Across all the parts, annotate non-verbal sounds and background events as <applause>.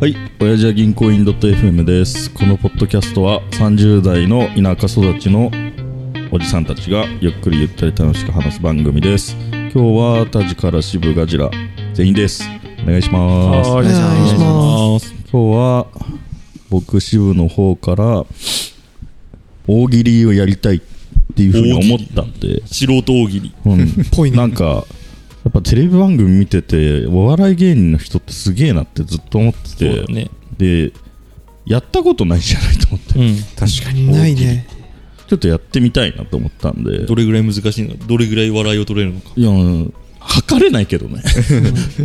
はい、親父は銀行員 .fm です。このポッドキャストは30代の田舎育ちのおじさんたちがゆっくりゆったり楽しく話す番組です。今日は田地から渋ガジラ全員です。お願いします。お願いしますお願いします今日は僕渋の方から大喜利をやりたいっていうふうに思ったんで、素人大喜利うん、 <laughs> ぽいねなんかやっぱテレビ番組見ててお笑い芸人の人ってすげえなってずっと思ってそうてだ、ねでやったことないじゃないと思って <laughs> うん確かにないねちょっとやってみたいなと思ったんでどれぐらい難しいのどれぐらい笑いを取れるのかいや測れないけどね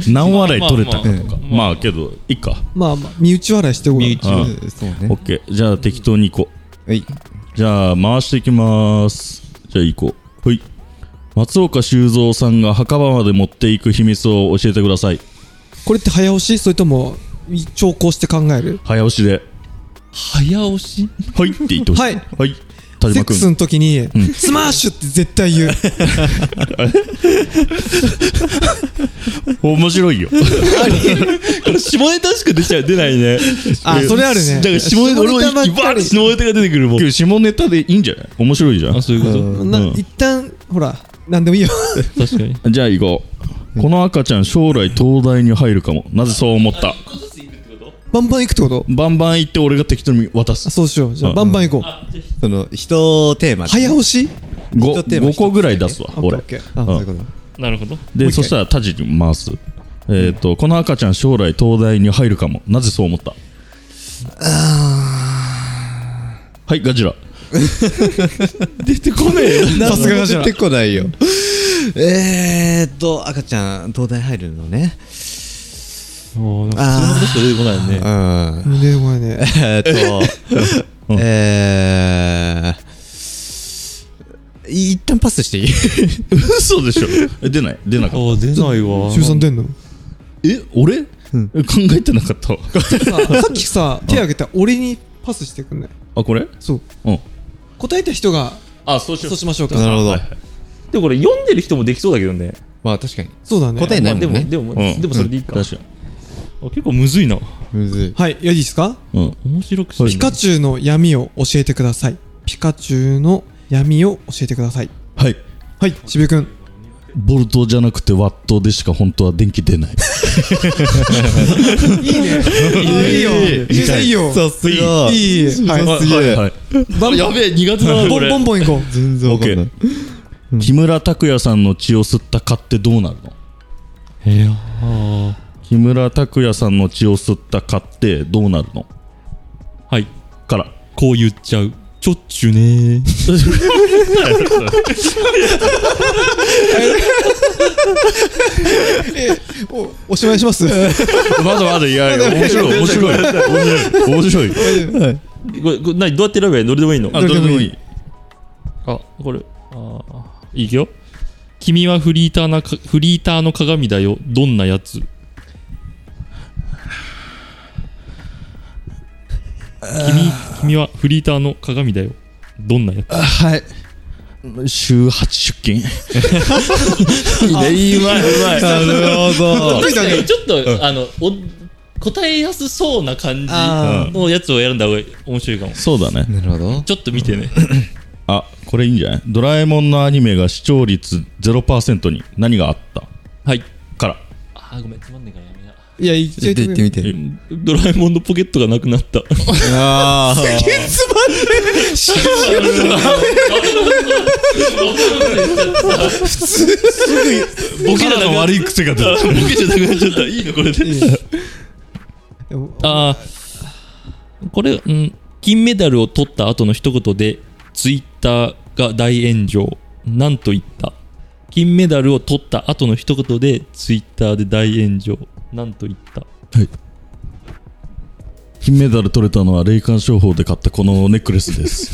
何笑い取れたかとかまあまあまあまあけどいいかまあまあ身内笑いしておこ身う内あそうね。 OK じゃあ適当に行こはい。うじゃあ回していきますじゃあ行こうはい松岡修造さんが墓場まで持っていく秘密を教えてくださいこれって早押しそれとも調校して考える早押しで早押し「はい」って言ってほしいはいはい田セ島ック君スの時に、スマッシュって絶対言う面白いよこれ <laughs> 下ネタしか出ちゃう出ないねあそれあるねだから下ネタ俺も下ネタばっかりバーッて下ネタが出てくるもん下ネタでいいんじゃない面白いじゃんあそういうこなうん一旦ほらなんでもいいよ <laughs> と確かにじゃあ行こう。この赤ちゃん将来東大に入るかも。なぜそう思ったバンバン行くってことバンバン行って俺が適当に渡あす。そうしようじゃあ、うんバンバン行こうその、人をテーマで早押し一 5, テーマ5個ぐらい出すわ、オ俺ッ。ケーオッケーあ、そういうこと。なるほどで、そしたらタジに回す。えっ、と、この赤ちゃん将来東大に入るかも。なぜそう思ったはい、ガジラ。 <laughs> 出てこね <laughs> えよさすがガジラ出てこないよ。えーっと、赤ちゃん、東大入るのね。もうなんかあそれほどしか出てこないよねー。うん。うん出てこないねえーっ <laughs> と、えー、一旦パスしていい嘘でしょ。え出ない、出なあかっー出ないわ中3出んのた。え、俺、え考えてなかったわ。 <laughs> ささっきさ手挙げた俺にパスしてくんねあ、これそううん。答えた人があ、そうしよそうしましょうか <laughs> なるほど。でもこれ読んでる人もできそうだけどねまあ確かに。そうだね答えないまあでもんもねでもうんでもそれでいいか確かあ結構むずいなむずい。はいいやいいですかに。うん。面白くしてピカチュウの闇を教えてください。ピカチュウの闇を教えてください。はい。はい、渋谷くん。ボルトじゃなくてワットでしか本当は電気出ない。いいね。いいよ。実際いいよ。さすが。いい。はさすはいが。はい。い。バンやべえ苦手だなボこンれボンボン行こう。全然わかんない。木村拓哉さんの血を吸った蚊ってどうなるのいやー木村拓哉さんの血を吸った蚊ってどうなるのはいからこう言っちゃうちょっちゅねお、おしまいします。まだまだいやい <laughs> や面白い面白い面白い面白いーこれこれ何どうやって選べばいいのどれでもいいのあどうでもいいあ、これ、あーいいよ。君はフリーターなか、フリーターの鏡だよ。どんなやつ君、君はフリーターの鏡だよ。どんなやつはい週8出勤いいねいいうまいうまいなるほど。確かにちょっと、あの、答えやすそうな感じあのやつを選んだ方が面白いかも。そうだねなるほど。ちょっと見てね。あこれいいんじゃないドラえもんのアニメが視聴率0%に何があったはい。からあーごめん、つまんねえからやめな。いや、一応ちょ言っっとて行みってて。みドて。ラえもんのポケットがなくな <laughs> った。ああ。ボケだな悪い癖が出た。ボケじゃなくなっちゃった。いいのこれで。でもああ、これ、うん、金メダルを取った後の一言で、ツイッターが大炎上。なんと言った金メダルを取った後の一言で、ツイッターで大炎上。なんと言 <laughs> った <laughs> 金メダル取れたのは霊感商法で買ったこのネックレス <laughs> です。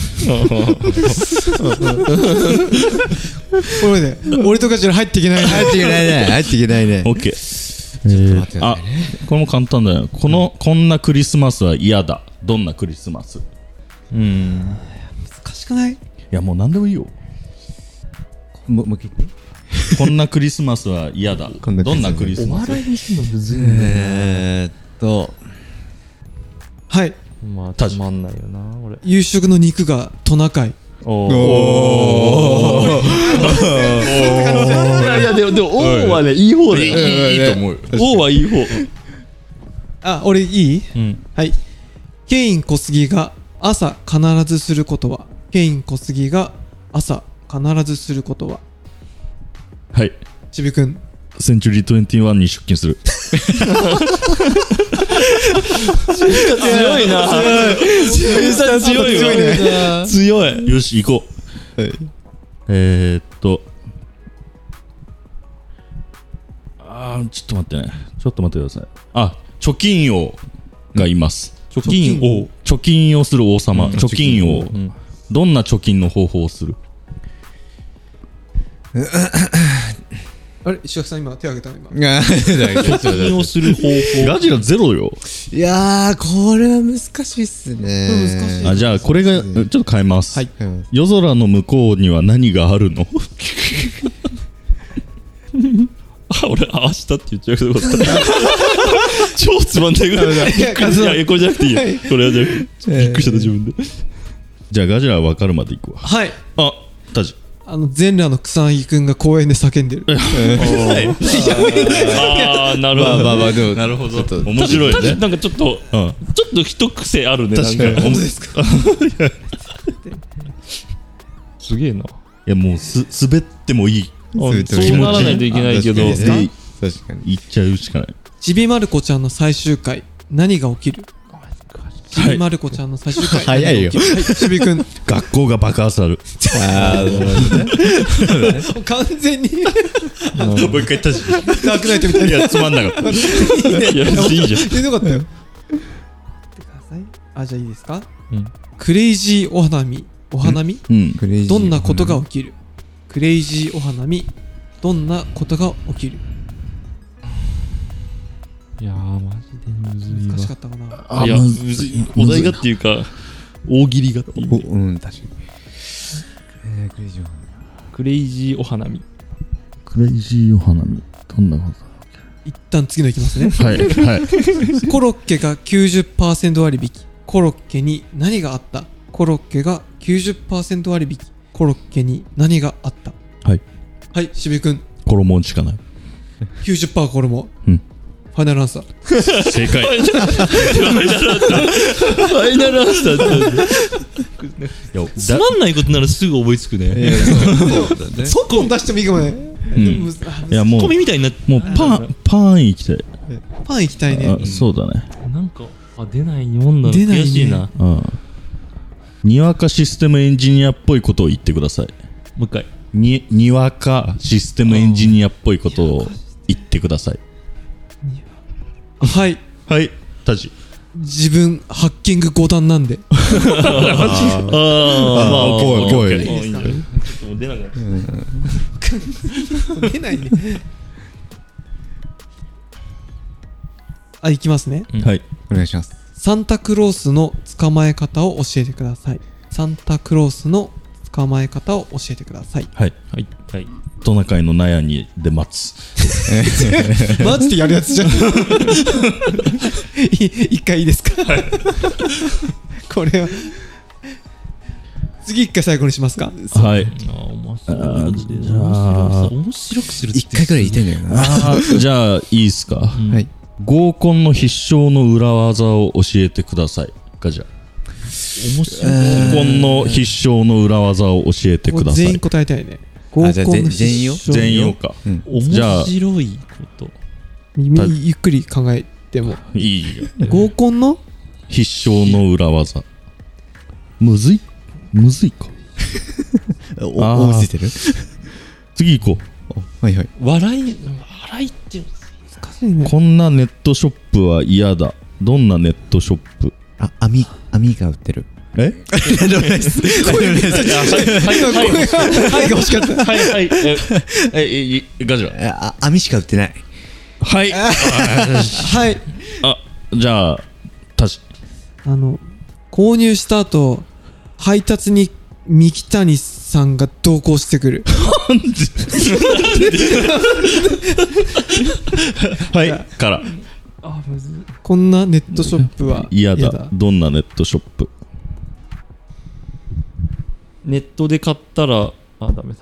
これね、俺とガジラ入っていけないね。入っていけないね。入っていけないね。オッケー。待ってあ、これも簡単だよ。この、こんなクリスマスは嫌だ。どんなクリスマスいうん。難しくないや、もう何でもいいよ。もう一回言って。こんなクリスマ <laughs> スは嫌だ。こんなクリスマスどんなクリスマス笑いにするのむずいえーっと、はいまあタジつまんないよなこれ夕食の肉がトナカイおおいやいやでもでもうん王はねいい方だよいいいいと思うよ王はいい方あ俺いいうんはいケイン小杉が朝必ずすることはケイン小杉が朝必ずすることははい渋くんセンチュリー21に出勤す <laughs> る強いな強い強いね強いよし行こう、はいえー、っとあーちょっと待ってねちょっと待ってくださいあ貯金王がいます、貯金王貯金をする王様、貯金を貯金どんな貯金の方法をするあれ石垣さん今手挙げたの今あー貯金をする方法ガジラゼロよいやー、これは難しいっすね。難しいあじゃあこれがそうちょでっと変えます、はいうん夜空の向こうには何があるのあ俺あ明日って言っちゃうことだった <laughs> 超つまん <laughs> ないぐらいびっくりしたいやこれじゃなくていいよこれはじゃなくてびっくりした自分でじゃあガジラは分かるまで行くわはいあタジあの全裸の草薙くんが公園で叫んでるああなるまあほまあどまあ、でも、なるほど。面白いねなんかちょっとうんちょっと一癖あるね確かになん本当ですかいすげえなやもうす滑ってもいいあそうならないといけないけど確かにで確かに。行っちゃうしかないちびまる子ちゃんの最終回何が起きるちびまる子ちゃんの最終回はい何が起きる <laughs> はいちびくん学校が爆発あるあ完全にもう一回タジダークナイトみたいいやつまんなかったいや別にいいじゃん言ってなかったよってくださいあじゃあいいですか、うんクレイジーお花見お花見うんーどんなことが起きるクレイジーお花見どんなことが起きるいやーマジでむずいわ難しかったかないいやや、むむずずいい。お題がっていうか、大喜利がっていうおね。うん、確かに。えークレイジークレイジーお花見。クレイジーお花見どんなこ一旦次のいきますねとはいはいコロッケが90%割引コロッケに何があったコロッケが90%割引コロッケに何があったはいはい渋井君衣落ちかない90%衣、うんファイナルアンサー正解ファイナルアンサーって。いや <laughs> つまんないことならすぐ覚えつくね。そこ出してもいいかもね、うんでもむずあむいずやツもッコうミみたいになっもうパンパン行きたいパン行きたいねあそうだねなんか、あ、出ないもんだ出ないね悔しいな。もうんにわかシステムエンジニアっぽいことを言ってくださいう一回。ににわかシステムエンジニアっぽいことを言ってくださいはいはいタジ自分ハッキング五段なんで <laughs> あー、まあ、ぽいまぽあいオッケーいいんじゃないちょっともう出なくなった。出な <laughs> いねあいきますねうんはいお願いします。サンタクロースの捕まえ方を教えてくださいサンタクロースの捕まえ方を教えてくださいはいはい。はい。トナカイの納屋にで待つ <laughs> マジでやるやつじゃん <laughs> い一回いいですかこれは次一回最後にしますかはいあー、面白い。あ面ー白じゃあい面白くするって一回くらい言いたいんだよな。あーじゃあいいっすか、んはい。合コンの必勝の裏技を教えてくださいガジャ面白い。合コンの必勝の裏技を教えてもくうださ全員い答えたいねあじゃあ全全員よ必勝全員よかじゃあ面白いこと。耳ゆっくり考えてもいいよ合コンの必勝の裏技むずいむずいかお、あーお、おせてる次行こおはいはい。笑い、笑いって、難しいねうこんなネットショップは嫌だどんなネットショップあ、網、網が売ってる。え大丈夫です。大丈夫 <laughs> です。はい、はい、はい、はいが欲しかったは <laughs> い、はい、えガジラあ、網しか売ってない。はいはいあじゃあたしあの購入した後配達に三木谷さんが同行してくるはいからあむずこんなネットショップは嫌だどんなネットショップネットで買ったらあダメだ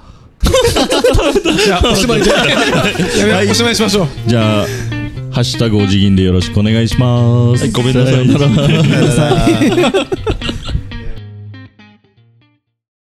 じゃあおしまいじ <laughs> ゃあやめようおしまいにしましょうじゃあ「ハッシュタグお辞儀」でよろしくお願いします、はいごめんなさいさようらごめんなさい